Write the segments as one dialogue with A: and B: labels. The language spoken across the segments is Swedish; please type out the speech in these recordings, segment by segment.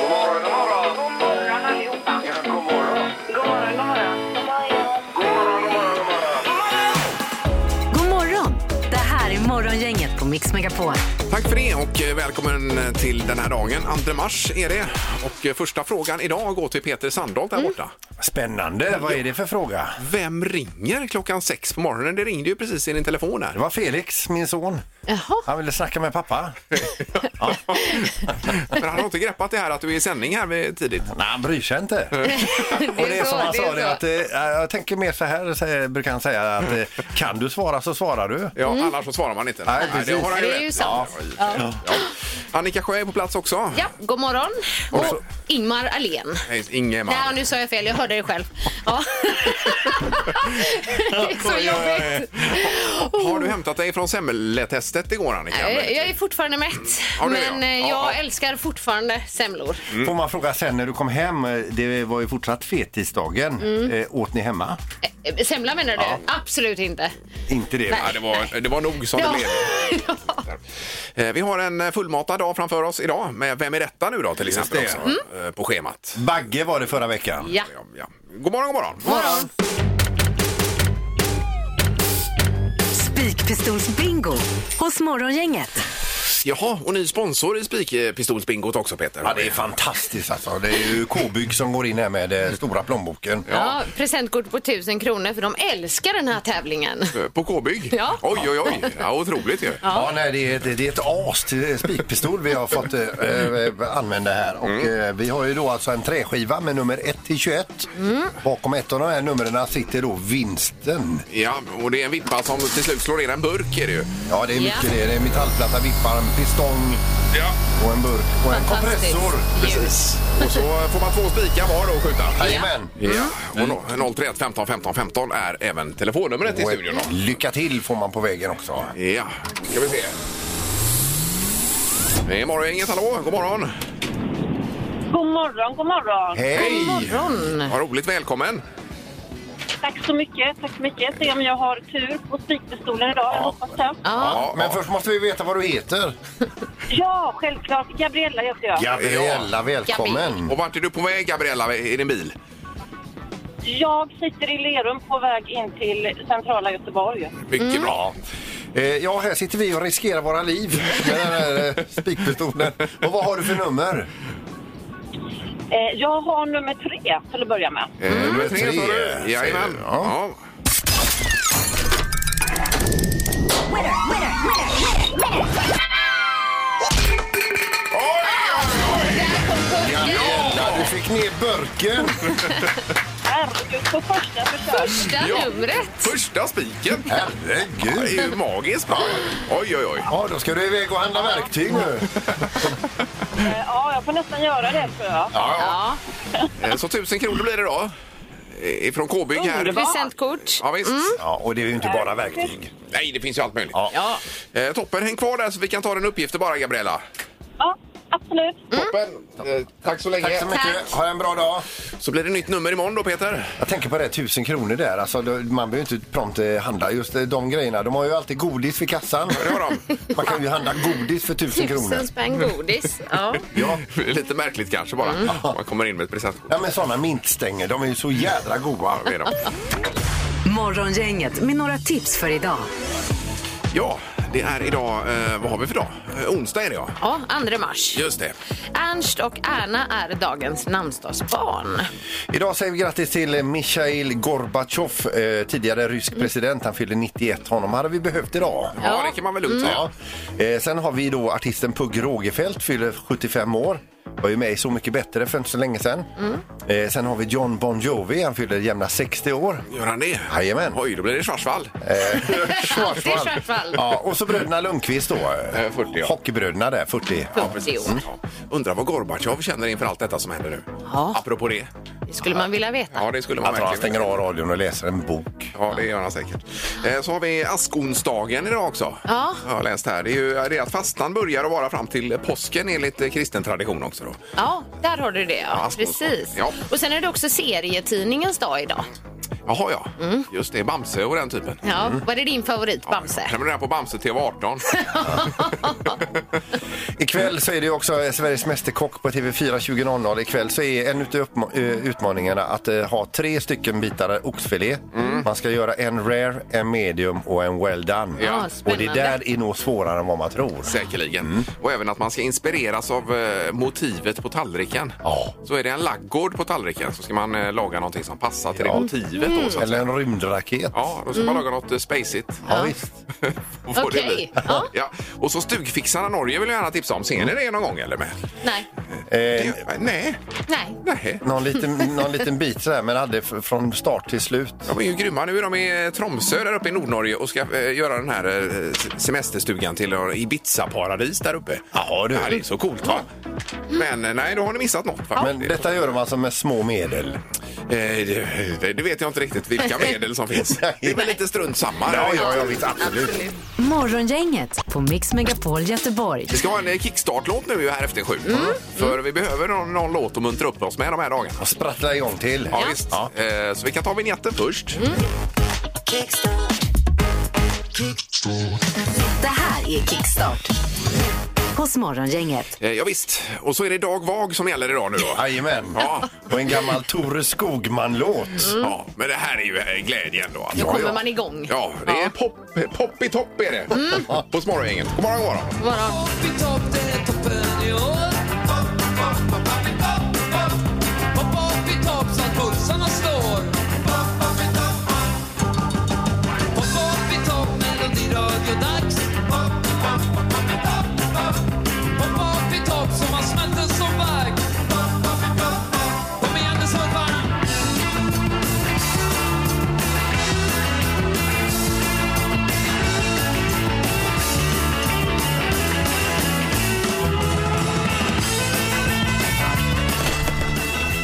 A: God morgon, god morgon.
B: God morgon allihopa.
A: Ja, god morgon.
B: God morgon, god morgon.
A: God morgon, god morgon, god morgon.
C: God morgon! Det här är Morgongänget på Mix Megapol.
D: Tack för det och eh, välkommen till den här dagen. 2 mars är det. Och eh, första frågan idag går till Peter Sandholt
E: Mm.
D: där borta.
F: Spännande. Vad är det för fråga?
D: Vem ringer klockan sex på morgonen? Det ringde ju precis i din telefon
F: Det
D: här.
E: Mm.
F: var Felix, min son.
E: Jaha,
F: Han ville snacka med pappa.
D: Men han har inte greppat det här att du är i sändning här vid- tidigt.
F: Nej, han bryr sig inte.
E: det
F: Och det är som han sa,
E: är
F: det
E: så.
F: att, eh, jag tänker mer så här, säger, brukar han säga, att eh, kan du svara så svarar du.
D: Ja, annars så svarar man inte.
F: Nej, precis.
D: han
E: Mm. Det är ju
D: rätt i.
E: sant.
D: Ja. Ja. Annika Sjö är på plats också.
E: Ja, god morgon. Och Ingmar Ahlén.
D: Nej, Ingemar.
E: Nej, nu sa jag fel. Jag hörde det själv. Ja. det är så jobbigt.
D: Har du hämtat dig från semmeltestet igår Annika?
E: Nej, Jag är fortfarande mätt,
D: Ja, det är jag.
E: men eh,
D: Ja, ja.
E: jag älskar fortfarande semlor.
F: Får man fråga sen när du kom hem, eh, det var ju fortsatt fetisdagen.
E: Mm.
F: Eh, åt ni hemma?
D: Mm.
E: Eh, Semla menar du? Absolut inte.
F: Inte det.
D: Ja,
F: va?
D: det, var, det var nog som
E: Ja.
D: det blev. Eh, Vi har en eh, fullmatad dag framför oss idag med Vem är detta nu då till exempel
F: det. Mm.
D: också, eh, på schemat.
F: Bagge var det förra veckan.
E: Ja.
D: Ja, ja. God morgon, god morgon.
E: Morgon.
C: Spikpistolsbingo hos Morgongänget.
D: Jaha, och ny sponsor i Spikpistolsbingot också Peter.
F: Ja, det är fantastiskt alltså. Det är ju K-bygg som går in här med eh, stora plånboken.
E: Ja, presentkort på 1000 kronor för de älskar den här tävlingen.
D: Eh, På K-bygg?
E: Ja.
D: Oj, oj, oj. Ja, otroligt ju.
F: Ja, nej, det, är, det, det är ett as till spikpistol vi har fått eh, eh, använda här. Och,
D: Mm.
F: eh, vi har ju då alltså en träskiva med nummer 1 till 21.
D: Mm.
F: Bakom ett av de här numren sitter då vinsten.
D: Ja, och det är en vippa som till slut slår ner en burk är det ju.
F: Ja, det är mycket
E: Ja.
F: det. Det är metallplatta, vippar, en pistong
D: Ja,
F: och en burk och en
E: Fantastiskt.
F: kompressor.
D: precis. Och så får man två spikar var då och skjuta.
F: Jajamän!
D: Ja, och no- 031 15 15 15 är även telefonnumret till
F: Och
D: studion.
F: ett
D: Då.
F: lycka till får man på vägen också.
D: Ja, ska vi se. Det är morgongänget, hallå, god morgon.
B: God morgon, god morgon.
F: Hej!
E: Morgon.
D: Vad roligt, välkommen.
B: Tack så mycket, tack så mycket. Se om jag har tur på spikpistolen idag. Jag hoppas det.
E: Ja.
F: Ja, men först måste vi veta vad du heter.
B: Ja, självklart. Gabriella heter jag.
F: Gabriella, välkommen!
D: Och vart är du på väg, Gabriella, i din bil?
B: Jag sitter i Lerum på väg in till centrala Göteborg.
D: Mycket bra.
F: Eh, Ja, här sitter vi och riskerar våra liv med den här eh, spikpistolen. Och vad har du för nummer?
B: Eh, Jag har nummer tre till att börja med.
D: Eh, Nummer tre, sa
F: tre, säger
D: du? Jajamän.
F: du.
D: Ja.
F: Ja. Gabriella, du fick ner burken.
B: Herregud, på första försök.
E: Första
D: Ja.
E: numret.
D: Första spiken. Det är
F: Herregud.
D: ju magiskt bra. Oj, oj, oj.
F: Ja, då ska du iväg och handla verktyg nu.
B: Eh, Ja, jag får nästan göra det tror jag.
E: Ja,
D: Eh, Så tusen kronor blir det då. Eh, Ifrån K-bygg här.
B: Underbart.
E: presentkort.
D: Ja, visst.
F: Ja, och det är ju inte bara verktyg.
D: Nej, det finns ju allt möjligt.
F: Ja.
E: Ja.
D: Eh, toppen, häng kvar där så vi kan ta den uppgiften bara, Gabriella.
B: Ja, absolut.
D: Toppen. Eh, tack så länge.
F: Tack så mycket.
E: Tack.
F: Ha en bra dag.
D: Så blir det nytt nummer imorgon då, Peter.
F: Jag tänker på det, tusen kronor där. Alltså, då- man behöver ju inte prompt eh, handla just eh, de grejerna. De har ju alltid godis vid kassan.
D: Det har de.
F: Man kan ju handla godis för tusen kronor.
E: Tusen spänn godis. Ja.
D: Ja. Lite märkligt kanske bara. Man kommer in med ett presentkort.
F: Ja, men såna mintstänger, de är ju så jädra goda.
D: Ja, det är de.
C: Morgongänget med några tips för idag.
D: Ja, det är idag, eh, vad har vi för dag? Eh, onsdag är det ja.
E: Ja, 2 mars.
D: Just det.
E: Ernst och Erna är dagens namnsdagsbarn.
F: Idag säger vi grattis till Mikhail Gorbatjov, eh, tidigare rysk president. Han fyllde 91. Honom hade vi behövt idag.
E: Mm.
D: Ja, det kan man väl lugnt säga.
F: Ja. Eh, sen har vi då artisten Pugh Rogefeldt, fyller 75 år. Var ju med i Så mycket bättre för inte så länge sedan.
E: Mm.
F: Eh, sen har vi John Bon Jovi, han fyller jämna 60 år.
D: Gör han det?
F: Jajamän. Eh.
D: Oj, då blir det Schwarzwald.
E: Det är Schwarzwald.
F: Ja, och så bröderna Lundqvist då. eh,
D: Eh, 40, ja.
F: Hockeybröderna där, 40.
E: Ja, precis.
D: Mm. Ja. Undrar vad Gorbatjov känner inför allt detta som händer nu.
E: Ja.
D: Apropå det.
E: Det skulle man vilja veta.
D: Ja, det skulle man
F: Jag tror han
D: verkligen
F: stänger av radion och läser en bok.
D: Ja, det gör han säkert. Eh, Så har vi askonsdagen idag också.
E: Ja.
D: Jag har läst här. Det är ju det är att fastan börjar att vara fram till påsken enligt eh, kristen tradition också. Då.
E: Ja, där har du det. Ja,
D: Asmos.
E: precis.
D: Ja.
E: Och sen är det också serietidningens dag idag.
D: Jaha, ja. Just det, Bamse och den typen.
E: Mm. Ja, Var det din favorit, Bamse?
D: Prenumerera på Bamse TV18.
F: Ikväll så är det ju också Sveriges Mästerkock på TV4 20.00. Ikväll så är en utav uppma- eh, utmaningarna att eh, ha tre stycken bitar oxfilé.
D: Mm.
F: Man ska göra en rare, en medium och en well done.
D: Ja.
E: Ja,
F: Och det
E: spännande.
F: där är nog svårare än vad man tror.
D: Säkerligen. Och även att man ska inspireras av eh, motivet på tallriken.
F: Ja.
D: Så är det en laggård på tallriken så ska man eh, laga någonting som passar till det motivet. Då, så att,
F: Mm. Eller en rymdraket.
D: ja, då ska man laga något eh, spacigt.
F: Ja, visst.
D: Vad det
E: Mm. Okej,
D: blir.
E: ja.
D: Ja. Och så Stugfixarna Norge vill jag gärna tipsa om. Ser ni det någon gång eller? Med?
E: Nej.
F: Eh,
D: Nej.
E: Nej.
D: Nej.
F: någon, liten, någon liten bit sådär, men aldrig f- från start till slut.
D: De är ju grymma. Nu är de i eh, Tromsö där uppe i Nordnorge och ska eh, göra den här eh, semesterstugan till eh, Ibiza-paradis där uppe.
F: Ja, du.
D: Ja, det är så coolt va? Men eh, nej, då har ni missat något Eh, faktiskt.
F: Men detta gör de alltså med små medel.
D: Eh, det, det, det vet jag inte riktigt vilka medel som finns. Det är väl lite strunt samma.
F: visst, absolut.
C: Morgongänget på Mix Megapol Göteborg.
D: Vi ska ha en eh, kickstart-låt nu ju här efter sju.
F: Mm.
D: För vi behöver någon, någon låt att muntra upp oss med de här dagarna.
F: Och sprattla igång till.
D: Ja, visst. Eh, Så vi kan ta vignetten först.
F: Mm.
C: Det här är Kickstart hos Morgongänget.
D: Eh, Ja, visst. Och så är det Dag Vag som gäller idag nu då.
F: Jajamän.
D: Ja. Mm.
F: Och en gammal Tore Skogman-låt.
D: Ja, men det här är ju eh, glädjen då.
E: Nu
D: Alltså.
E: kommer man igång. Mm.
D: Ja, det är pop, pop i topp är det. På Småröängen. God morgon, god morgon.
E: God morgon.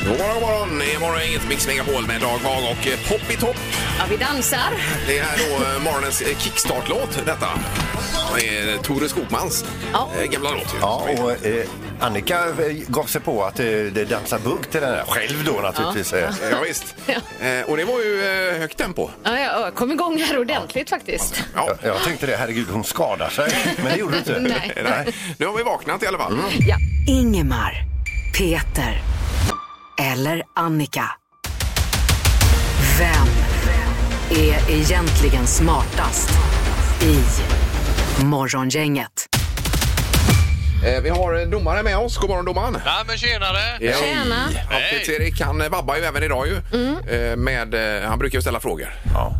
D: God morgon, god morgon. Det är Morgongänget Mix Megapol med Dag Hag och eh, Pop i topp.
E: Ja, vi dansar.
D: Det är då eh, morgonens eh, kickstart-låt detta. Det är eh, Tore Skogmans
E: Ja.
D: eh, gamla låt ju.
F: Ja, och eh, Annika eh, gav sig på att eh, det dansar bugg till den här. Själv då naturligtvis. eh.
D: Eh, Ja, visst. Eh, Och det var ju eh, högt tempo.
E: Ja, ja, jag kom igång här ordentligt faktiskt.
D: Ja.
F: Jag, jag tänkte det, herregud hon skadar sig. Men det gjorde du inte.
E: Nej.
D: Nej. Nu har vi vaknat i alla fall.
E: Ja.
C: Ingemar, Peter eller Annika. Vem är egentligen smartast i Morgongänget?
D: Eh, Vi har eh, domare med oss. God morgon, domaren.
G: Ja men tjenare!
D: Ja.
E: Tjena. Mm.
G: Hej.
D: Erik han eh, vabbar ju även idag ju. Eh, Med, eh, han brukar ju ställa frågor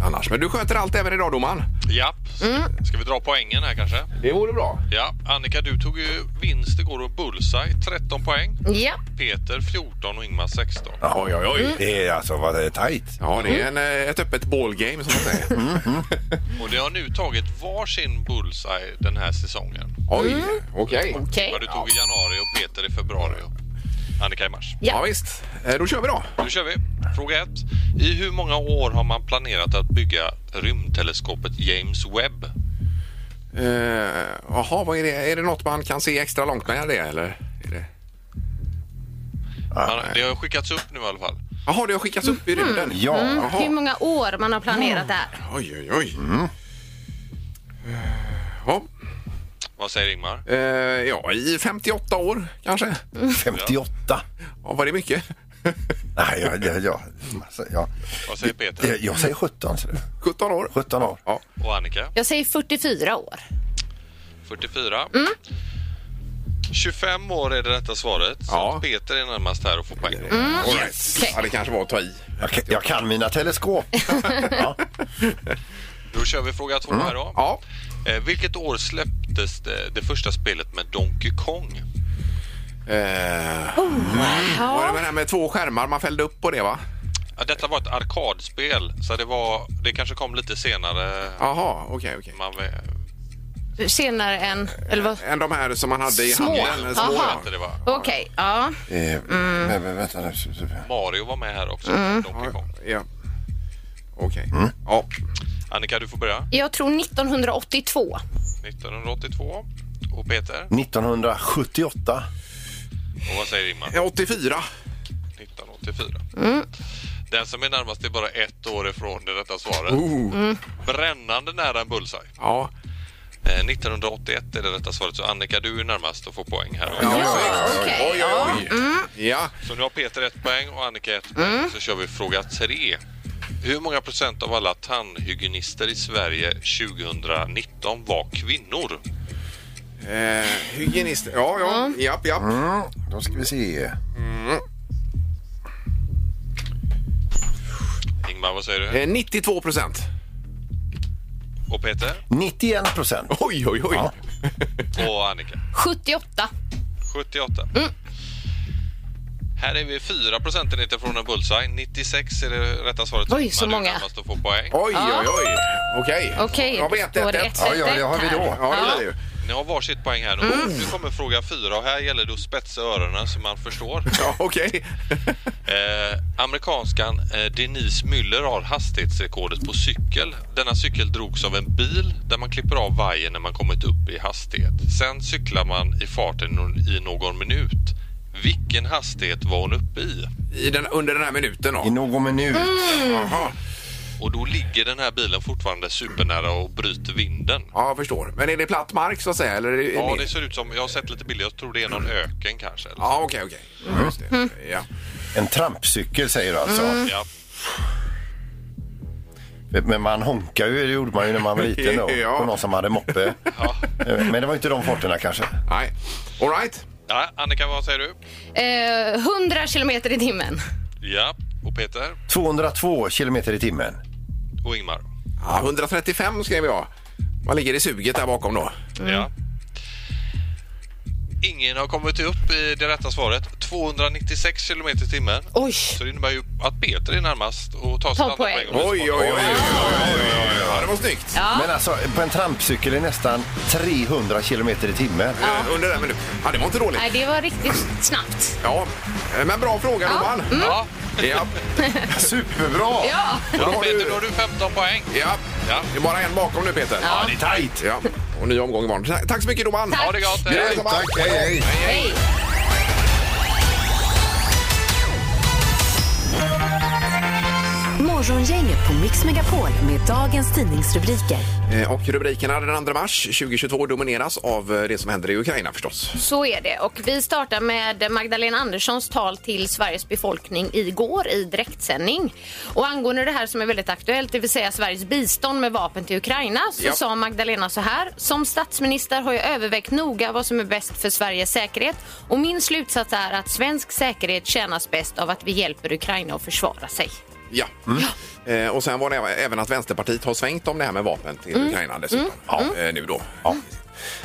D: annars. Men du sköter allt även idag domaren.
G: Japp, ska, ska vi dra poängen här kanske?
D: Det vore bra.
G: Ja, Annika du tog ju vinst igår och bullseye 13 poäng.
E: Ja.
G: Peter 14 och Ingmar 16.
D: Oj, oj, oj.
F: Det är alltså vad det är tajt.
D: Mm. Ja, det är en, eh, ett öppet ballgame som man säger.
G: Och det har nu tagit varsin bullseye den här säsongen.
D: Oj,
E: Mm.
D: okej.
E: Okej.
G: Ja, du tog i januari och Peter i februari och Annika i mars.
D: Ja. visst. Eh, Då kör vi då.
G: Nu kör vi! Fråga 1. I hur många år har man planerat att bygga rymdteleskopet James Webb?
D: Eh, Jaha, vad är det? Är det något man kan se extra långt med det eller? Är det... Ah,
G: Man, det har skickats upp nu i alla fall.
D: Jaha, det har skickats upp i rymden?
F: Ja.
D: Jaha.
E: Mm. Hur många år man har planerat det här?
D: Oj, oj, oj. Eh, Ja.
G: Vad säger Ingmar?
D: Eh, ja, i 58 år kanske.
E: Mm.
F: 58.
D: Ja, var det mycket?
F: Nej, jag, jag, jag, jag,
G: Vad säger Peter?
F: Eh, jag, jag säger 17. ser du.
D: 17 år.
F: 17 år.
D: Ja.
G: Och Annika?
E: Jag säger 44 år.
G: 44. 25 år är det rätta svaret.
D: Ja.
G: Så att Peter är närmast här och får poäng.
E: Mm.
D: All right. Ja, det kanske var att ta i.
F: Jag, kan- jag kan mina teleskop. ja.
G: Då kör vi fråga två här då.
D: Mm. Ja.
G: Eh, vilket år släpptes det, det första spelet med Donkey Kong?
D: Eh,
E: Oh,
D: Var det med det här med två skärmar man fällde upp på det va?
G: Ja, detta var ett arkadspel, så det, var, det kanske kom lite senare.
D: Jaha, okej, okej.
G: Man vä-
E: Senare än... Eller vad?
D: än de här som man hade i
E: Små.
D: handen. eh,
E: Aha.
G: vet inte det var.
E: Okej, ja.
F: Eh, vä- vä- Vänta nu.
G: Mario var med här också.
D: Mm.
G: Donkey Kong.
D: Ja. Okej.
F: Mm.
D: Ja.
G: Annika, du får börja.
E: Jag tror 1982.
G: 1982. Och Peter?
F: 1978.
G: Och vad säger Ingmar?
D: Eh, 84.
G: 1984. Den som är närmast är bara ett år ifrån det rätta svaret.
D: Oh.
G: Brännande nära en bullseye.
D: Ja.
G: Eh, 1981 är det rätta svaret, så Annika du är närmast och får poäng här.
E: okej. Mm.
D: Oj, oj, oj. Ja.
G: Så nu har Peter ett poäng och Annika ett poäng. Så kör vi fråga tre. Hur många procent av alla tandhygienister i Sverige 2019 var kvinnor?
D: Eh, hygienist. Ja, ja. Japp, japp.
F: Mm. Då ska vi se.
G: Ingmar, vad säger du?
D: Eh, 92 procent.
G: Och Peter?
F: 91 procent.
D: Oj, oj, oj.
F: Ja.
G: Och Annika?
E: 78.
G: 78.
E: Mm.
G: Här är vi 4 procentenheter från en bullseye. 96 är det rätta svaret.
E: Oj, så
G: Ingmar, du
E: många.
G: är närmast och får poäng.
D: Oj, oj, oj. Okej.
E: Okej,
D: Jag
E: då
D: vet
E: står
D: ett,
E: det
D: ett.
E: ett,
F: Ja, ja, det har vi då.
E: här.
D: Ja, det är det ju.
G: Ni har varsitt poäng här. Nu
E: Mm.
G: Nu kommer fråga fyra och här gäller det att spetsa öronen så man förstår.
D: Ja, okej.
G: Eh, amerikanskan eh, Denise Müller har hastighetsrekordet på cykel. Denna cykel drogs av en bil där man klipper av vajern när man kommit upp i hastighet. Sen cyklar man i farten no- i någon minut. Vilken hastighet var hon uppe i?
D: I den, under den här minuten
F: I
D: då?
F: någon minut.
D: Jaha.
G: Och då ligger den här bilen fortfarande supernära och bryter vinden.
D: Ja, jag förstår. Men är det platt mark så att säga? Eller är det,
G: Ja, det ser ut som... Jag har sett lite bilder. Jag tror det är någon öken kanske. eller
D: Ja, okej, okej. Ja, just det. Ja.
F: En trampcykel säger du alltså.
G: så. Ja.
F: Men man honkar ju, det gjorde man ju när man var liten då.
D: Ja.
F: På någon som hade moppe. Eh, Men det var inte de farterna kanske.
D: Nej. All right.
G: ja. Annika, vad säger du?
E: Eh, 100 kilometer i timmen.
G: Ja. Och Peter?
F: 202 kilometer i timmen.
G: Och Ingmar?
D: Ja, 135 skrev jag. Vad ligger i suget där bakom då? Mm.
G: Ja. Ingen har kommit upp i det rätta svaret. 296 kilometer i timmen.
E: Oj!
G: Så det innebär ju att Peter är närmast och tar sitt
E: Ta
G: andra
E: poäng.
G: poäng.
D: Oj, oj, oj. oj, oj, oj. Ja, det var snyggt.
F: Men alltså på en trampcykel är nästan 300 kilometer i timmen.
D: Eh, Under den minuten. Ja, det var inte dåligt.
E: Nej, det var riktigt snabbt.
D: Ja, eh, men bra fråga domaren.
G: Ja. Mm.
D: Ja.
F: Superbra!
E: Ja!
D: då
G: Ja,
D: har
G: Peter,
D: du-
G: då har du 15 poäng.
D: Ja.
G: Ja.
D: det är bara en bakom nu Peter. Ja, det är tajt. Ja. Och ny omgång imorgon. Ta- Tack så mycket domaren.
E: Tack.
G: Ha det gott.
D: Grymt,
G: Hej.
D: tack.
F: Hej, hej.
E: Hej!
C: Morgongänget på Mix Megapol med dagens tidningsrubriker.
D: Eh, Och rubrikerna den 2 mars 2022 domineras av eh, det som händer i Ukraina förstås.
E: Så är det. Och vi startar med Magdalena Anderssons tal till Sveriges befolkning igår i direktsändning. Och angående det här som är väldigt aktuellt, det vill säga Sveriges bistånd med vapen till Ukraina, så
D: Ja.
E: sa Magdalena så här. Som statsminister har jag övervägt noga vad som är bäst för Sveriges säkerhet och min slutsats är att svensk säkerhet tjänas bäst av att vi hjälper Ukraina att försvara sig.
D: Ja. Eh, Och sen var det även att Vänsterpartiet har svängt om det här med vapen till Ukraina dessutom. Ja. eh, Nu då. Ja.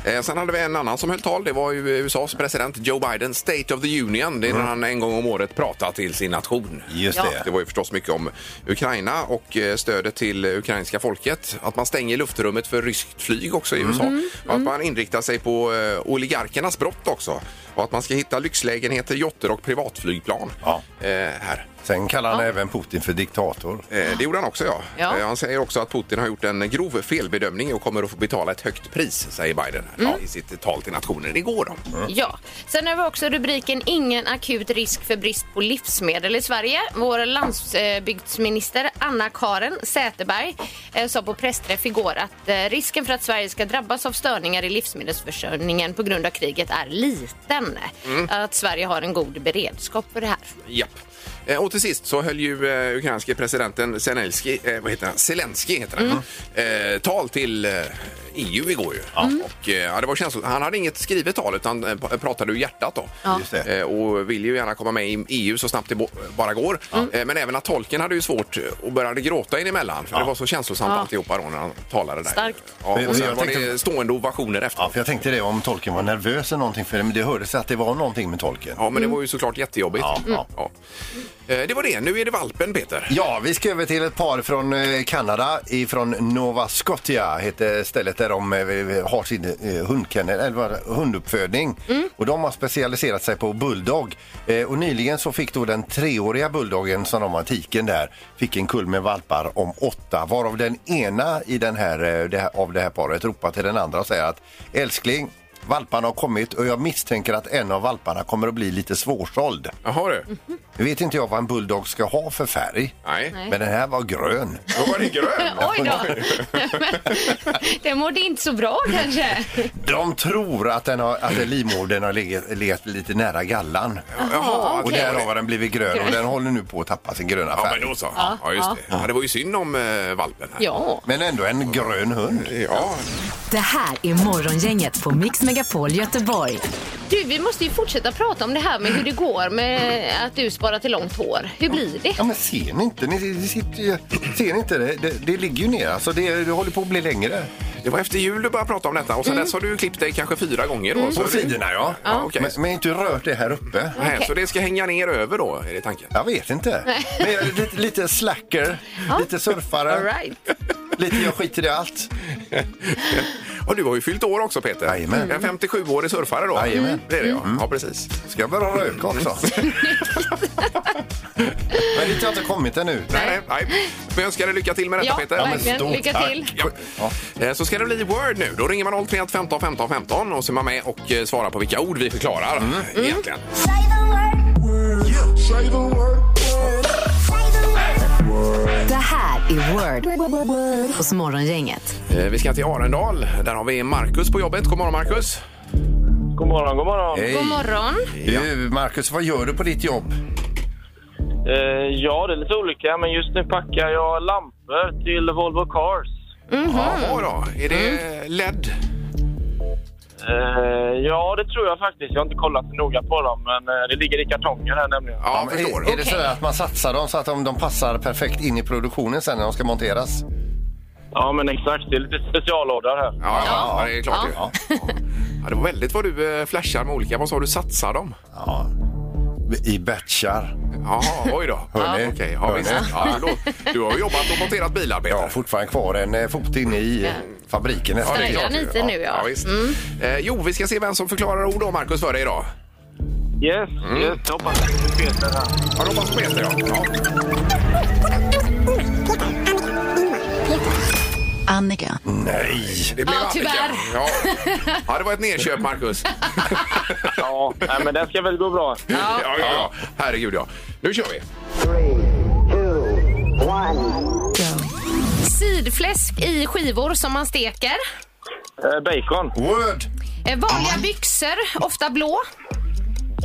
D: Eh, Sen hade vi en annan som höll tal. Det var ju USAs president Joe Biden, State of the Union. Det är när han en gång om året pratar till sin nation.
F: Just
E: Ja.
D: Mm. Det
F: det.
D: var ju förstås mycket om Ukraina och eh, stödet till ukrainska folket. Att man stänger luftrummet för ryskt flyg också i USA. Och att man inriktar sig på eh, oligarkernas brott också. Och att man ska hitta lyxlägenheter, jotter och privatflygplan.
F: Ja.
D: Eh, här.
F: Sen kallar han även Putin för diktator.
D: Eh, Det gjorde han också, ja.
E: Ja.
D: Eh, Han säger också att Putin har gjort en grov felbedömning och kommer att få betala ett högt pris, säger Biden ja, i sitt tal till nationen igår. Då.
E: Ja. Sen har vi också rubriken Ingen akut risk för brist på livsmedel i Sverige. Vår landsbygdsminister Anna-Karin Säterberg eh, sa på pressträff igår att eh, risken för att Sverige ska drabbas av störningar i livsmedelsförsörjningen på grund av kriget är liten. Att Sverige har en god beredskap för det här.
D: Japp. Eh, Och till sist så höll ju eh, ukrainske presidenten Zelensky, eh, vad heter han? Zelensky heter han, eh, tal till eh, EU igår ju. Och, eh, ja, det var känsligt. Han hade inget skrivet tal utan eh, p- pratade ur hjärtat då.
E: Ja.
F: Just det.
D: Eh, och vill ju gärna komma med i EU så snabbt det bo- bara går. Eh, men även att tolken hade ju svårt och började gråta in emellan för det var så känslosamt
E: Ja.
D: alltihopa då när han talade där.
E: Starkt.
D: Ja,
F: Men-
D: och
F: men
D: sen
F: jag
D: var
F: tänkte-
D: det stående ovationer efteråt.
F: Ja, för jag tänkte det om tolken var nervös eller någonting för det, men det hördes att det var någonting med tolken.
D: Ja, men
E: Mm.
D: det var ju såklart jättejobbigt.
F: Ja, ja.
D: Eh, Det var det. Nu är det valpen, Peter.
F: Ja, vi ska över till ett par från eh, Kanada, ifrån Nova Scotia heter stället där de eh, har sin eh, hundkennel, eller vad- hunduppfödning. Och de har specialiserat sig på bulldog. Eh, Och nyligen så fick då den treåriga bulldoggen som de har tiken där, fick en kull med valpar om åtta, varav den ena i den här, eh, det här, av det här paret ropar till den andra och säger att älskling, Valparna har kommit och jag misstänker att en av valparna kommer att bli lite svårsåld.
D: Jaha
E: Mhm.
D: du.
F: Nu vet inte jag vad en bulldog ska ha för färg,
D: Nej.
F: men den här var grön.
D: Då var det grön.
E: Oj då! det mådde inte så bra kanske.
F: De tror att, den har, att livmodern har legat, legat lite nära gallan.
D: Jaha,
F: Och därav har den blivit grön och den håller nu på att tappa sin gröna
D: Ja,
F: färg.
D: men då så. Ja, just det. Ja, det var ju synd om eh, valpen här.
E: Ja.
F: Men ändå en grön hund.
D: Ja,
C: Det här är Morgongänget på Mix Megapol Göteborg.
E: Du, vi måste ju fortsätta prata om det här med hur det går med att du sparar till långt hår. Hur blir det?
F: Ja, men ser ni inte? Ni, ni sitter ju, ser ni inte det? Det, det ligger ju ner. Alltså det, det håller på att bli längre.
D: det var efter jul du började prata om detta och sen dess har du klippt dig kanske fyra gånger. Då, så
F: Mm. På
D: det-
F: sidorna, ja.
D: Ja, okej.
F: Men, men inte rört det här uppe.
D: Nej, Så det ska hänga ner över då, är det tanken?
F: Jag vet inte. Men jag, är lite, lite slacker, lite surfare,
E: All right.
F: lite jag skiter i allt.
D: Och du har ju fyllt år också Peter.
F: Jajamän.
D: En 57-årig surfare då.
F: Jajamän. Mm.
D: Det är det ja. Ja, precis.
F: Ska jag börja röka också? men dit har jag inte kommit ännu.
D: Nej, nej, nej. Men jag önskar dig lycka till med detta
E: Ja,
D: Peter.
F: men
E: verkligen.
F: stort
E: Lycka
F: tack.
E: till.
D: Ja. Eh, Så ska det bli Word nu. Då ringer man 031 15 15 15 och så är man med och eh, svarar på vilka ord vi förklarar
F: Mm.
D: egentligen.
C: Det här är Word hos Morgongänget.
D: Eh, Vi ska till Arendal. Där har vi Marcus på jobbet. God morgon Marcus.
F: Mm-hmm.
H: God morgon, god morgon.
F: Hej.
E: God morgon.
F: Du, Marcus, vad gör du på ditt jobb?
H: Eh, ja, det är lite olika, men just nu packar jag lampor till Volvo Cars.
D: Jaha då. Är det
F: Mm.
D: LED?
H: Eh, ja, det tror jag faktiskt. Jag har inte kollat så noga på dem, men eh, det ligger i kartonger här nämligen.
D: Ja,
F: men
D: förstår.
F: Är, är det så att man satsar dem så att de, de passar perfekt in i produktionen sen när de ska monteras?
H: Ja, men exakt. Det är lite speciallådor här.
D: Ja, ja, ja, det är klart.
F: Ja.
D: Ja. Ja, det var väldigt vad du eh, flashar med olika. Vad sa du? Satsar dem?
F: Ja. I batchar.
D: Jaha, oj då.
F: Hör ni?
D: Okej, ja,
F: Hör
D: visst.
F: ni?
D: Ja, då, du har ju jobbat och monterat bilar, Peter.
F: Jag har fortfarande kvar en eh, fot inne i eh, fabriken.
D: Ja, det är
E: Snälla
D: klart.
E: lite nu, ja.
D: visst.
F: Mm.
D: Eh, jo, vi ska se vem som förklarar ord då, Markus, för dig idag.
H: Yes, yes. Jag hoppas att det är Peter här.
D: Ja, då hoppas på Peter, ja. ja.
I: Annika.
F: Nej!
D: Det blev
E: Ja,
D: Annika.
E: tyvärr.
D: Ja. ja, det var ett nedköp, Markus.
H: Ja, nej, men den ska väl gå bra.
D: Ja. ja, ja. Herregud, ja. Nu kör vi.
E: Sidfläsk i skivor som man steker.
H: Eh, bacon.
F: Word!
E: Eh, Vanliga byxor, ofta blå.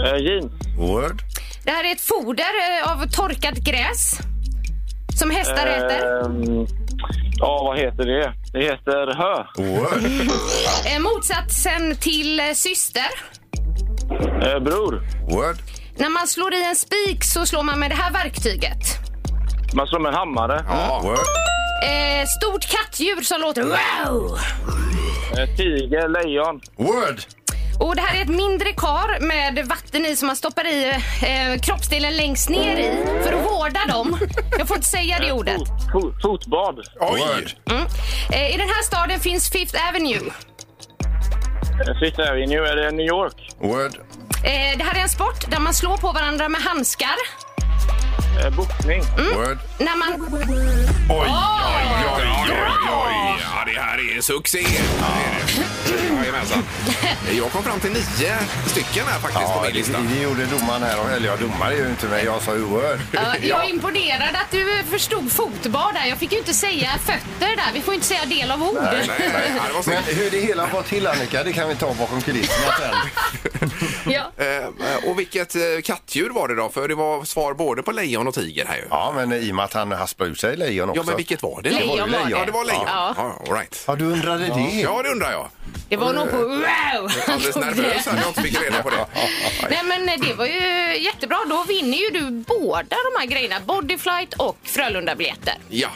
H: Eh, jeans.
F: Word.
E: Det här är ett foder eh, av torkat gräs som hästar äter.
H: Ehm, Ja, vad heter det? Det heter hö.
F: Word.
E: Eh, Motsatsen till eh, syster.
H: Eh, bror.
F: Word.
E: När man slår i en spik så slår man med det här verktyget.
H: Man slår med en hammare.
D: Ja.
F: Word.
E: Eh, stort kattdjur som låter wow!
H: Eh, tiger, lejon.
F: Word.
E: Och det här är ett mindre kar med vatten i som man stoppar i eh, kroppsdelen längst ner i för att vårda dem. Jag får inte säga det ordet.
H: Fot, fot, fotbad.
D: Oj!
F: Word.
E: Mm. Eh, I den här staden finns Fifth Avenue.
H: Eh, Fifth Avenue, är det New York?
F: Word.
E: Eh, det här är en sport där man slår på varandra med handskar.
H: Eh, boxning.
F: Word.
E: När man...
D: Oj, oj, oj, oj, oj. Ja, det här är succé. Jajamensan. Jag kom fram till nio stycken här faktiskt på
F: Ja,
D: min
F: det,
D: lista.
F: det gjorde domaren här. Eller ja, domare är ju inte men jag sa ju word.
E: Ja, jag är imponerad att du förstod fotbad där. Jag fick ju inte säga fötter där. Vi får inte säga del av ord.
D: Nej, nej, nej, ja, det var
F: Men
D: snyggt.
F: hur det hela var till Annika, det kan vi ta bakom kulisserna sen.
E: Ja.
D: Eh, Och vilket eh, kattdjur var det då? För det var svar både på lejon och tiger här ju.
F: Ja, men i och med att han hasplade ut sig lejon också.
D: Ja, men vilket var det?
E: Lejon
D: Det ju
E: var det.
D: Ja, det var lejon.
E: Ja.
D: Ja, all right.
F: Ja, du undrade det?
D: Ja, det undrar jag.
E: Det var nog på wow!
D: Alldeles nervös här när jag inte fick reda på det.
E: Nej men eh, det var ju jättebra. Då vinner ju du båda de här grejerna. Bodyflight och Frölunda-biljetter.
D: Ja,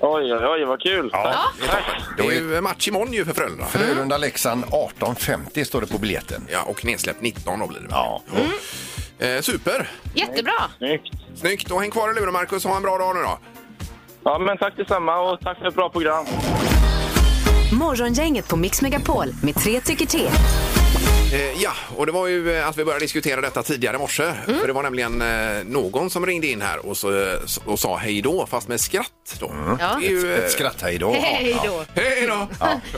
H: Oj, oj, oj, vad kul.
F: Ja.
H: Tack. Tack.
D: det är ju match imorgon ju för Frölunda.
F: Frölunda-Leksand 18.50 står det på biljetten.
D: Ja, och nedsläpp 19 då blir det.
F: Ja.
D: Eh, super!
E: Jättebra!
H: Snyggt.
D: Snyggt! Och häng kvar i luren Marcus, ha en bra dag nu då.
H: Ja, men tack detsamma och tack för ett bra program.
C: Morgongänget på Mix Megapol med tre tycker till.
D: Eh, ja, och det var ju eh, att vi började diskutera detta tidigare i eh, morse. För det var nämligen eh, någon som ringde in här och, så, och sa hej då, fast med skratt skratt. Då.
E: Ja.
D: Det är ju, eh,
F: Mm. Ett skratt här idag.
E: Hej då.
D: Hej då!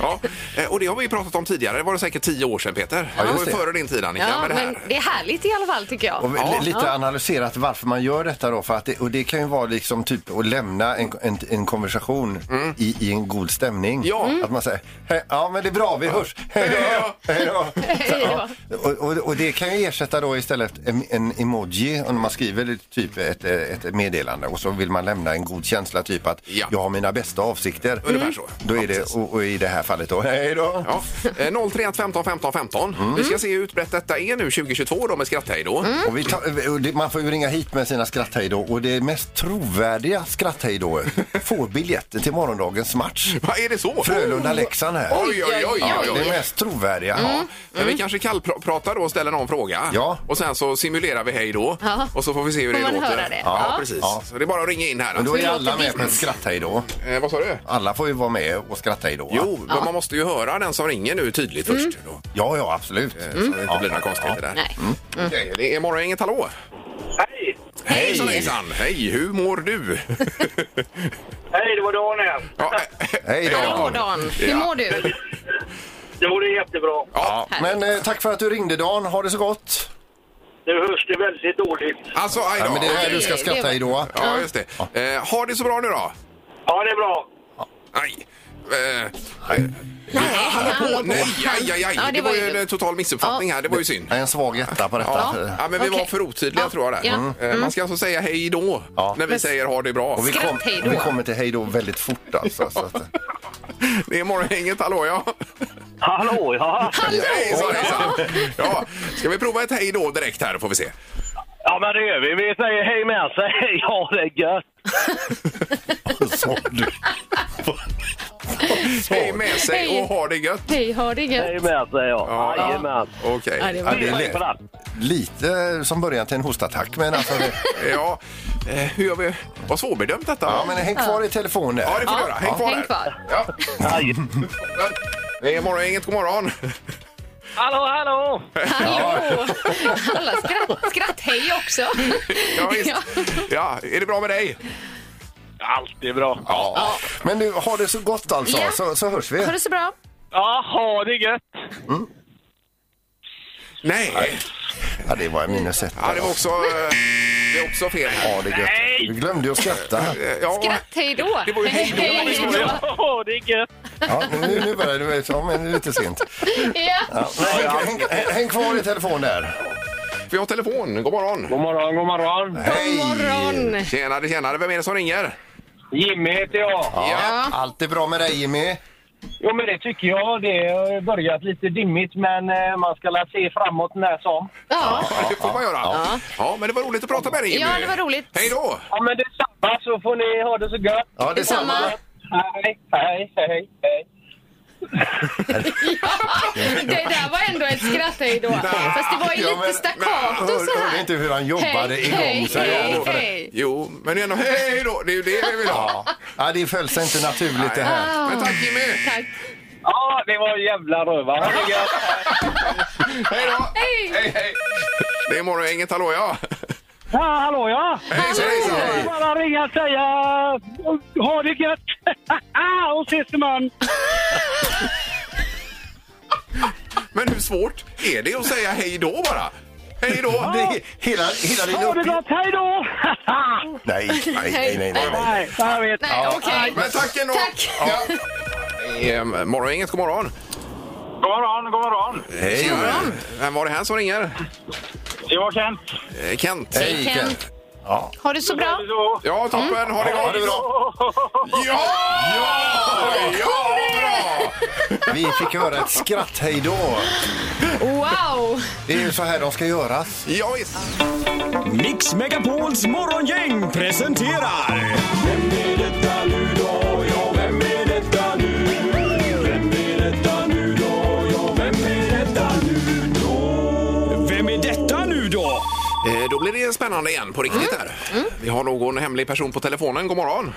D: Ja. Eh, Och det har vi pratat om tidigare. Det var det säkert tio år sedan, Peter.
F: Ja,
D: det var
F: just
D: ju
F: det.
D: före din tid, Annika.
E: Ja,
D: med det här.
E: men det är härligt i alla fall tycker
F: Och
E: jag.
F: li- lite analyserat varför man gör detta då. För att det, och det kan ju vara liksom typ att lämna en, en, en konversation i, i en god stämning.
D: Mm. Ja. Mm.
F: Att man säger, "Hej, ja men det är bra, vi hörs. Hej då! Hej då! Så, ja. och, och, och det kan ju ersätta då istället en, en emoji om man skriver typ ett, eh, ett meddelande och så vill man lämna en god känsla typ att
D: Ja.
F: jag har mina bästa avsikter.
D: Ungefär så.
F: Då är
D: Ja,
F: det,
D: precis.
F: och, och i det här fallet då, hej då!
D: Ja. Eh, 031 15 15 15.
F: Mm.
D: Vi ska se hur utbrett detta är nu 2022 då med skratthej då.
F: Och vi tar, eh, och det- man får ju ringa hit med sina skratthejdå och det mest trovärdiga skratthejdå får biljetter till morgondagens match.
D: Va, är det så?
F: Frölunda-Leksand här.
D: Oj, oj, oj,
F: Ja,
D: oj, Mm.
F: det
D: oj.
F: är mest trovärdiga.
D: Men
E: Mm.
D: vi kanske kallpratar då och ställer någon fråga.
F: Ja.
D: Och sen så simulerar vi hej då.
E: Ja.
D: Och så får vi se hur det
E: Får man
D: låter.
E: höra det?
D: Ja,
E: Ja.
D: precis.
F: Ja.
D: Så det är bara att ringa in här.
F: Men
D: Alltså.
F: då är alla med på ett skratthejdå.
D: Eh, vad sa du?
F: Alla får ju vara med och skratthejdå. va?
D: Jo, men man måste ju höra den som ringer nu tydligt först. Då.
F: Ja, ja, absolut.
D: Eh, Så det inte blir några konstigheter där.
E: Mm. Nej.
D: Okej, det är Morgongänget, hallå!
H: Hej!
D: Hej! Hejsan! Hej, hur mår du?
H: Hej, det var Dan igen.
D: ja, eh,
F: Hej
E: Hallå
F: då.
E: Dan, hur mår du?
H: Det vore jättebra.
D: ja.
F: Men eh, tack för att du ringde Dan. Ha det så gott.
H: Nu hörs det väldigt dåligt.
D: Alltså, aj då.
F: Ja, men det är här
E: Aj,
F: du ska
E: det var-
F: skratthejdå.
D: Ja, just det. Eh, har det så bra nu då?
H: Ja, det är bra.
D: Nej. Eh, han höll på. Nej, aj, aj, aj.
E: Ja,
D: Det var ju en total missuppfattning här. Det var ju synd.
F: En svag etta på detta. Eh,
D: Ja, ja men vi var
E: Okej.
D: för otydliga
E: Ja,
D: tror jag där.
E: ja.
D: Mm. Eh, Man ska alltså säga hej då
F: Ja.
D: när vi
F: Men-
D: säger ha det bra.
F: Och vi, kom,
E: Skratthejdå.
F: vi kommer till hejdå väldigt fort alltså. Så att,
D: Det är morgonhänget, hallå ja.
H: Hallå, ja.
D: Hejsan, hejsan. Ja, ska vi prova ett hej då direkt här får vi se.
H: Ja, men det gör vi. Vi säger hej med sig. Ja, det är gött.
F: så du.
D: Hej med sig
E: Hej.
D: och ha det gött.
E: Hej, har det gött.
H: Hej med sig, ja.
D: Ja.
H: Jajamän.
D: Okej.
E: Ja, det
F: Ja,
E: var...
F: det är lätt. Lite som början till en hostattack, men alltså... Det,
D: Ja, eh, hur gör vi? Vad svårbedömt detta
F: ja,
D: var.
F: men häng kvar i telefonen.
D: Ja, det får vi göra. Häng kvar
E: Häng
D: där.
E: kvar.
D: Ja. Det är morgongänget, god morgon.
H: Hallå, hallå!
E: Hallå! Alla skratt, skratt hej också.
D: Ja, visst.
E: Ja.
D: Ja, är det bra med dig?
H: Allt är bra.
F: Ja. Men du, har det så gott alltså,
E: Ja.
F: så, så hörs vi.
E: Ha det så bra.
H: Jaha, det är gött.
D: Nej,
F: Ja, det var en minus ett.
D: ja, det var också, eh, det är också fel. här.
F: Ja, det är gött. Du glömde ju att skratta.
D: Eh, Ja,
E: Skratt hej då.
D: Det var ju hej då.
H: Ja, det är gött.
F: Ja, nu, nu börjar du... Ja, men det är lite sent.
E: Ja.
F: Ja, men häng, häng, häng kvar i telefonen där.
D: vi har telefon. God morgon.
H: God morgon, god morgon.
F: Hej!
E: God morgon.
D: Tjenare, tjenare. Vem är det som ringer?
H: Jimmy heter jag.
E: Ja.
F: Allt är bra med dig, Jimmy?
H: Jo, men det tycker jag. Det har börjat lite dimmigt, men eh, man ska la se framåt när som.
E: Ja.
D: Ja, det får man göra. Ja. men det var roligt att prata med dig, Jimmy.
E: ja, det var roligt.
D: Hej då!
H: Ja, men detsamma så får ni ha det så gött.
F: Ja, detsamma.
E: Detsamma.
H: Hej, hej, hej, hej.
E: Det där var ändå ett skratt hej då. Fast det var ju
F: Ja, men-
E: lite staccato
F: Hör,
E: så
F: hörde
E: här.
F: inte hur han jobbade
E: Hej,
F: igång
E: hej,
F: sig?
E: hej,
F: här för det.
E: hej.
D: Jo, men ändå hej då! Det är ju det vi vill ha.
F: Ja, det föll sig inte naturligt det här.
D: Men tack, Jimmy!
E: Tack.
H: Ja, det var en jävla röva. Ha det gött.
D: Hej då!
E: Hej.
D: Hej, hej! Det är morgongänget, hallå ja!
H: Ja, hallå ja!
D: Hejsan, hejsan!
H: Bara ringa och säga ha det gött! och ses imorgon!
D: Men hur svårt är det att säga hej då bara? Hej då!
F: Det är hela, hela din
H: Ha det
F: uppgift...
H: gott, hej då!
F: Nej, nej, nej, nej. nej.
H: Nej, jag vet.
E: Nej, okej.
D: Men tack ändå!
E: Tack.
D: Ja. Det är, eh, Morgongänget, god morgon!
H: God morgon, god morgon!
D: Hej! Vem var det här som ringer?
H: Det var Kent.
D: Eh, Kent?
F: Hej, Kent. Ja.
E: Ha det så bra.
H: Så.
D: Ja, toppen! Ha det
F: Ha det
D: gott!
F: bra.
D: Ja! Ja! ja bra!
F: Vi fick höra ett skratt hej då.
E: Wow!
F: Det är ju så här de ska göras.
D: Ja, visst.
I: Mix Megapols morgongäng presenterar... Vem är detta nu då? Ja, vem är detta nu? Vem är detta nu då? Ja, vem är detta nu då? Vem är detta nu då?
D: Eh, Då blir det spännande igen på riktigt
F: Mm.
D: här. Vi har någon hemlig person på telefonen. God morgon!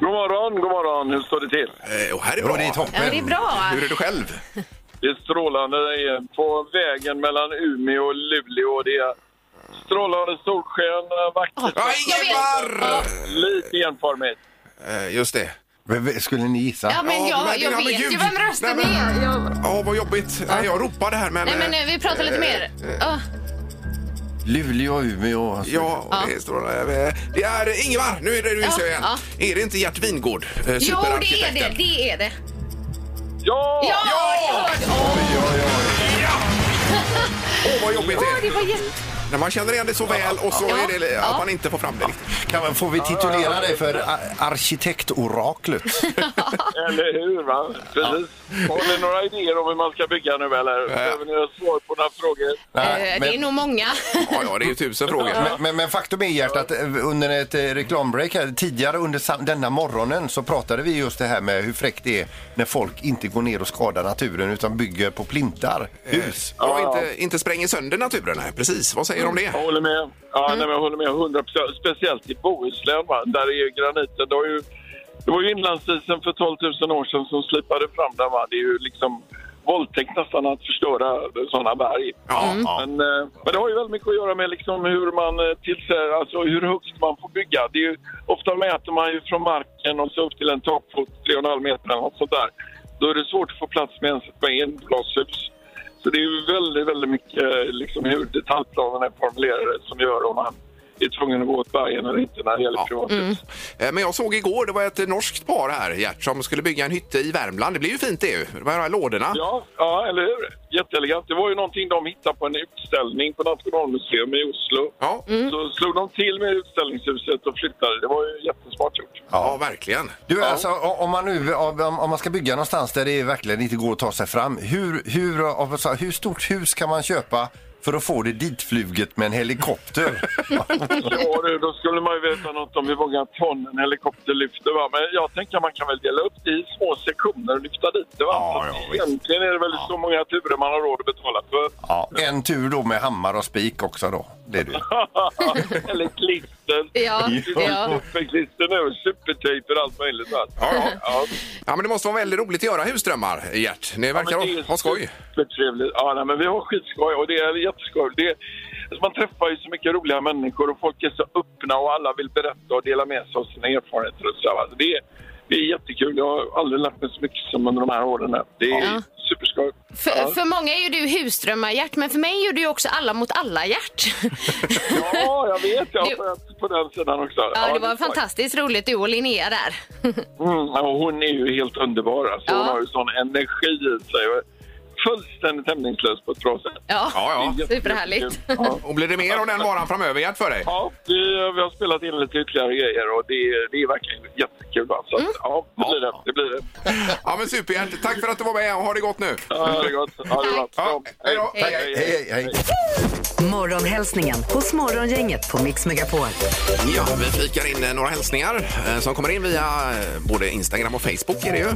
H: God morgon, god morgon. Hur står det till?
D: Eh, Och här är
F: Jo,
D: bra.
F: det är
E: Ja, det är
F: toppen.
E: bra.
D: Hur är du själv?
H: Det är strålande. Det är På vägen mellan Umeå och Luleå. Det är strålande solsken, vackert,
D: Ja, Ingemar!
H: lite enformigt.
D: Eh, Just det.
F: V- v- Skulle ni gissa?
E: Ja, men
D: Ja,
E: jag,
D: men-
E: jag
D: ja, men
E: vet
D: Gud.
E: ju vem rösten
D: Nej,
E: är.
D: men-
E: Jag...
D: Ja, vad jobbigt. Nej, jag ropade här men...
E: Nej, men eh, vi pratar lite
D: eh,
E: mer. Ah,
F: Luleå, Umeå.
D: Ja, och det står eh, Det är Ingemar, nu är det du gissar igen.
E: ja.
D: Är det inte Gert Wingård? eh,
E: jo, det är
D: superarkitekten?
E: det. Det är det.
H: Ja!
E: Ja,
D: Ja!
E: det var det.
D: Åh, vad jobbigt
E: Åh,
D: det
E: det
D: är.
E: var jätte...
D: När man känner igen det så väl och så
E: Ja.
D: är det att
E: Ja.
D: man inte får fram det riktigt.
F: Kan man, får vi titulera dig för ar- arkitektoraklet?
E: Eh,
H: Eller hur? Va? Precis. Har ni några idéer om hur man ska bygga nu eller? Behöver ni ha svar på några frågor?
F: Nej,
E: Eh, Det är
F: men,
E: nog många.
D: Ja, ja, det är ju tusen frågor.
F: men, men, men faktum är Gert att eh, under ett eh, reklambreak här, tidigare under sam- denna morgonen så pratade vi just det här med hur fräckt det är när folk inte går ner och skadar naturen utan bygger på plintar, hus.
D: Och inte, inte spränger sönder naturen. här. Precis, vad säger du om det?
H: Jag håller med. Ja, nej, men jag håller med 100 Speciellt i Bohuslän, va? där är ju graniten. Det var ju, det var ju inlandsisen för 12 000 år sedan som slipade fram den. Va? Det är ju liksom våldtäkt nästan att förstöra sådana berg.
D: Ja, ja.
H: Men, eh, men det har ju väldigt mycket att göra med liksom hur man eh, tillser, alltså hur högt man får bygga. Det är ju, ofta mäter man ju från marken och så upp till en takfot, 3,5 meter eller något sånt där. Då är det svårt att få plats med ens ett engångshus. Så det är ju väldigt, väldigt mycket eh, liksom hur detaljplanerna är formulerade som gör om man är tvungen att gå åt bergen eller inte när det gäller
D: Ja.
H: privathus.
D: Eh, Men jag såg igår, det var ett norskt par här, Gert, som skulle bygga en hytte i Värmland. Det blir ju fint det ju. De här lådorna.
H: Ja, ja, eller hur? Jätteelegant. Det var ju någonting de hittade på en utställning på Nationalmuseum i Oslo.
D: Ja.
E: Mm.
H: Så slog de till med utställningshuset och flyttade. Det var ju jättesmart gjort.
D: Ja, verkligen.
F: Du, alltså, o- om, man nu, om, om man ska bygga någonstans där det verkligen inte går att ta sig fram, hur, hur, alltså, hur stort hus kan man köpa för att få det ditfluget med en helikopter?
H: Ja, du, då skulle man ju veta något om hur många ton en helikopter lyfter. Va? Men jag tänker att man kan väl dela upp det i små sektioner och lyfta dit det. Va?
F: Ja,
H: Så
F: ja, visst.
H: egentligen är det väl så många turer man har råd att betala för.
F: Ja, en tur då med hammare och spik också då. Det är du.
H: Eller klister.
E: Ja, ja.
H: Superklister nu, supertejper och allt möjligt. Va?
D: Ja, ja.
H: Ja.
D: ja, men det måste vara väldigt roligt att göra husdrömmar, Gert. Ni verkar
H: men det
D: ha,
H: är
D: ha skoj.
H: Supertrevligt. Ja, nej, men vi har skitskoj och det är jätteskoj. Det är, alltså man träffar ju så mycket roliga människor och folk är så öppna och alla vill berätta och dela med sig av sina erfarenheter och så. Alltså det, är, det är jättekul. Jag har aldrig lärt mig så mycket som under de här åren. här. Det är
E: Ja.
H: superskoj.
E: För, för många är ju du husdrömmar-Gert, men för mig är du ju också alla mot alla-Gert.
H: Ja, jag vet. Jag har
E: Du-
H: varit på den sidan också.
E: Ja, det var
H: är skoj.
E: fantastiskt roligt, du och Linnea där.
H: Mm, ja, hon är ju helt underbar. Alltså. Hon
E: Ja.
H: har ju sån energi i sig. och är Fullständigt hämningslös på ett bra sätt.
E: Ja,
D: Ja, ja.
H: Det är jätte-
E: Superhärligt.
H: jättekul. Ja.
D: Och blir det mer av den varan framöver, Gert, för dig?
H: Ja, vi, vi har spelat in lite ytterligare grejer och det, det är verkligen jättekul. va. Så att, ja, det blir det. Det blir det.
D: Ja, men super, Gert. Tack för att du var med och ha det gott nu.
H: Ja, det är gott. Ja, det är bra.
D: Ja, hej då.
F: Hej, hej, hej, hej.
C: Morgonhälsningen hos Morgongänget på Mix Megapol.
D: Ja, vi fikar in eh, några hälsningar eh, som kommer in via eh, både Instagram och Facebook är det ju.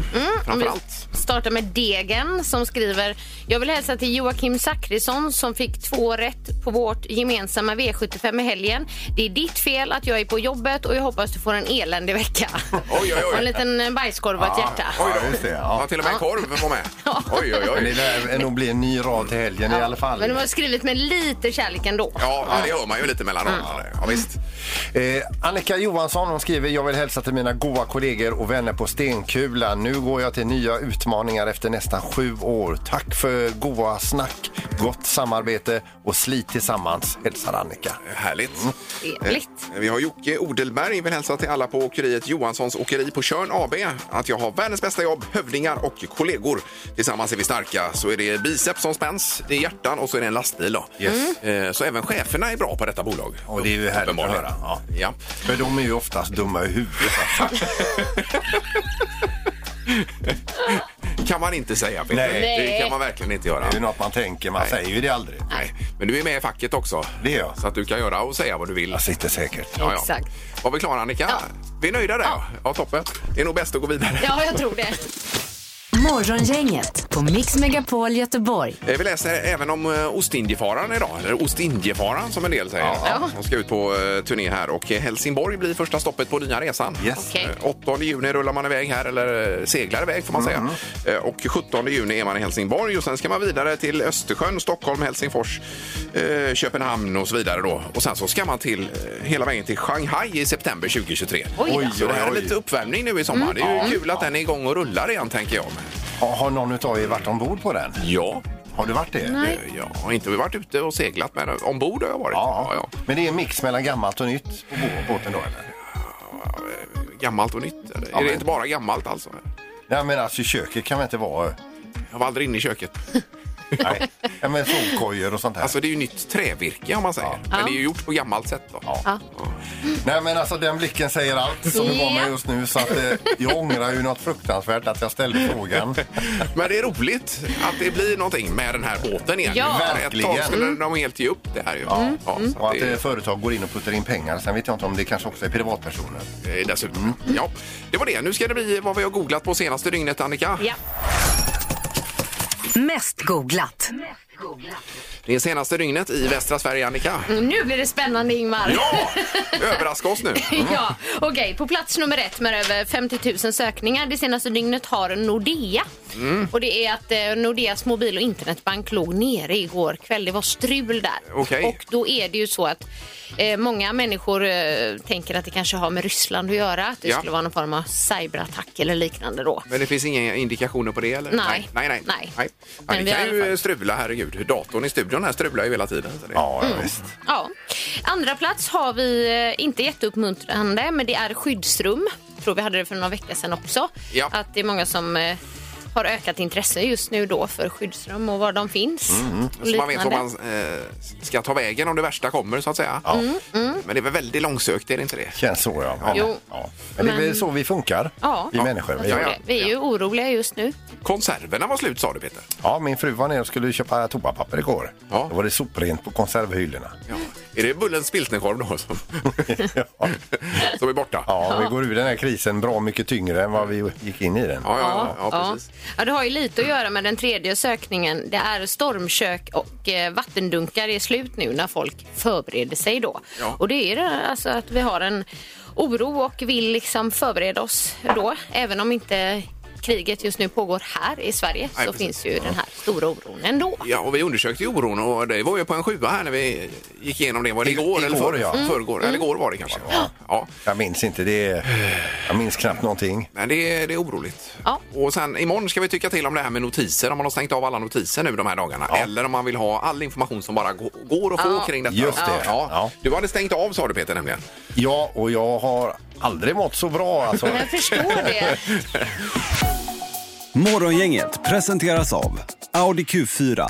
D: Framförallt.
E: Vi startar med Degen som skriver Jag vill hälsa till Joakim Zachrisson som fick två rätt på vårt gemensamma V75 i helgen. Det är ditt fel att jag är på jobbet och jag hoppas du får en eländig vecka.
D: Oj, oj,
E: Och en
D: oj.
E: liten eh, bajskorv och ett hjärta.
D: Oj
F: Ja, just
D: då.
F: det, ja.
D: Ja, till och med en korv var med. Oj, oj,
F: Men det
D: oj.
F: lär nog bli en ny rad till helgen i alla fall.
E: Men de har skrivit med lite kärlek ändå.
D: Ja, ja, det hör man ju lite mellanåt. Ja, visst.
F: Eh, Annika Johansson hon skriver Jag vill hälsa till mina goa kollegor och vänner på Stenkula. Nu går jag till nya utmaningar efter nästan sju år. Tack för goa snack, gott samarbete och slit tillsammans. Hälsar Annika.
D: Härligt.
E: Trevligt.
D: Mm. Eh, Vi har Jocke Odelberg. Vill hälsa till alla på åkeriet Johanssons Åkeri på Körn AB att jag har världens bästa jobb, hövdingar och kollegor. Tillsammans är vi starka. Så är det biceps som spänns, det är hjärtan och så är det en lastbil. Då. Eh, Så även cheferna är bra på detta bolag.
F: Och det är ju härligt att
D: Uppenbarligen.
F: höra, ja.
D: Ja.
F: För de är ju oftast dumma i huvudet. alltså.
D: kan man inte säga. Peter.
F: Nej.
D: Det kan man verkligen inte göra.
F: Det är ju något man tänker, man säger ju det aldrig.
D: Nej. Men du är med i facket också.
F: Det är jag.
D: Så att du kan göra och säga vad du vill.
F: Jag sitter säkert.
D: Ja, ja.
E: Exakt.
D: Var vi klara Annika? Vi är nöjda där ja. ja, toppen. Det är nog bäst att gå vidare.
E: Ja, jag tror det.
C: Morgongänget på Mix Megapol Göteborg.
D: Eh, Vi läser även om eh, Ostindiefararen idag, eller Ostindiefararen som en del säger. Ja. De ska ut på eh, turné här och eh, Helsingborg blir första stoppet på nya resan.
F: Yes.
E: Okej.
D: Eh, 8 juni rullar man iväg här, eller eh, seglar iväg får man säga. Eh, Och 17 juni är man i Helsingborg och sen ska man vidare till Östersjön, Stockholm, Helsingfors, eh, Köpenhamn och så vidare då. Och sen så ska man till, eh, hela vägen till Shanghai i september 2023.
E: Oj då.
F: alltså,
D: Så det här är lite uppvärmning nu i sommar. Det är ju kul att den är igång och rullar igen tänker jag.
F: Har, har någon utav er varit ombord på den?
D: Ja.
F: Har du varit det?
E: Nej.
D: Eh, Ja, jag har inte varit ute och seglat, men ombord har jag varit.
F: Ja,
D: Ja, ja.
F: men det är en mix mellan gammalt och nytt på bå- båten då eller?
D: Eh, Gammalt och nytt. Eller?
F: Ja,
D: är det
F: men-
D: inte bara gammalt alltså?
F: Nej men alltså köket kan väl inte vara...
D: Jag var aldrig inne i köket.
F: Nej, Ja, men sovkojor och sånt här.
D: Alltså det är ju nytt trävirke om man säger. Men det är ju gjort på gammalt sätt då.
F: Ja. Nej men alltså den blicken säger allt som du var
E: Ja.
F: med just nu så att eh, jag ångrar ju något fruktansvärt att jag ställde frågan.
D: Men det är roligt att det blir någonting med den här båten igen.
E: Ja.
D: För Ett tag
F: Verkligen.
D: skulle de helt ge upp det här ju. Mm. Ja, så
F: Och
D: att
F: att eh,
D: det
F: företag går in och puttar in pengar. Sen vet jag inte om det kanske också är privatpersoner.
D: är dessutom.
F: Mm.
D: Ja, det var det. Nu ska det bli vad vi har googlat på senaste dygnet, Annika.
E: Ja.
C: Mest googlat.
D: Det är senaste dygnet i västra Sverige, Annika.
E: Nu blir det spännande, Ingmar.
D: Ja! Överraska oss nu.
E: ja, okej. På plats nummer ett med över 50 000 sökningar det senaste dygnet har Nordea.
D: Mm.
E: Och det är att eh, Nordeas mobil och internetbank låg nere igår kväll. Det var strul där.
D: Okej.
E: Och då är det ju så att eh, många människor eh, tänker att det kanske har med Ryssland att göra. Att det
D: Ja.
E: skulle vara någon form av cyberattack eller liknande då.
D: Men det finns inga indikationer på det? Eller?
E: Nej.
D: Nej, nej. nej.
E: Nej.
D: Ja,
E: Men
D: det
E: vi har
D: kan
E: i alla
D: ju
E: fall-
D: strula, herregud. Datorn i studion här strular ju hela tiden. Så det...
F: Ja, ja, visst.
E: Ja. Andra plats har vi, eh, inte jätteuppmuntrande, men det är skyddsrum. tror vi hade det för några veckor sedan också.
D: Ja.
E: Att det är många som eh, har ökat intresse just nu då för skyddsrum och var de finns. och
D: Mm, Så man vet var
E: liknande.
D: man eh, ska ta vägen om det värsta kommer, så att säga.
F: Mm.
D: Men det är väl väldigt långsökt, är det inte det?
F: Känns så ja. ja.
E: Jo.
F: ja. Men det är väl så vi funkar.
E: Ja.
F: Vi
E: Ja.
F: människor.
E: Jag
F: Vi
E: tror
D: Ja, ja.
E: det. Vi är ju oroliga just nu.
D: Konserverna var slut, sa du, Peter.
F: Ja, min fru var nere och skulle köpa toapapper igår.
D: Ja.
F: Då var det soprent på konservhyllorna.
D: Ja. Är det Bullens pilsnerkorv då som, som är borta?
F: Ja, vi går ur den här krisen bra mycket tyngre än vad vi gick in i den.
D: Ja, ja, ja, ja, precis.
E: Ja, det har ju lite att göra med den tredje sökningen. Det är stormkök och eh, vattendunkar är slut nu när folk förbereder sig då.
D: Ja.
E: Och det är det, alltså att vi har en oro och vill liksom förbereda oss då. Även om inte kriget just nu pågår här i Sverige
D: Nej,
E: så
D: precis.
E: finns ju den här stora oron ändå.
D: Ja, och vi undersökte ju oron och det var ju på en sjua här när vi gick igenom det. Var det
F: I-
D: igår, eller
F: igår,
D: för,
F: ja. Mm.
D: förrgår? Eller igår var det kanske. Ja. Ja.
F: Jag minns inte det. Jag minns knappt någonting.
D: Men det är, det är oroligt.
E: Ja.
D: Och sen imorgon ska vi tycka till om det här med notiser, om man har stängt av alla notiser nu de här dagarna. Eller om man vill ha all information som bara gå- går att få
E: Ja.
D: kring detta.
F: Just det.
D: Ja.
F: Ja.
D: Du hade stängt av sa du Peter nämligen.
F: Ja, och jag har aldrig mått så bra alltså.
E: Men jag förstår det.
I: Morgongänget presenteras av Audi Q4.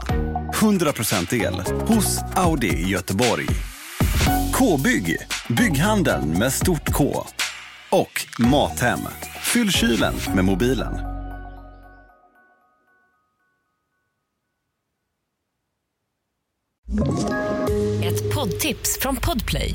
I: 100% el hos Audi i Göteborg. K-bygg, bygghandeln med stort K. Och Mathem, fyll kylen med mobilen.
J: Ett poddtips från Podplay.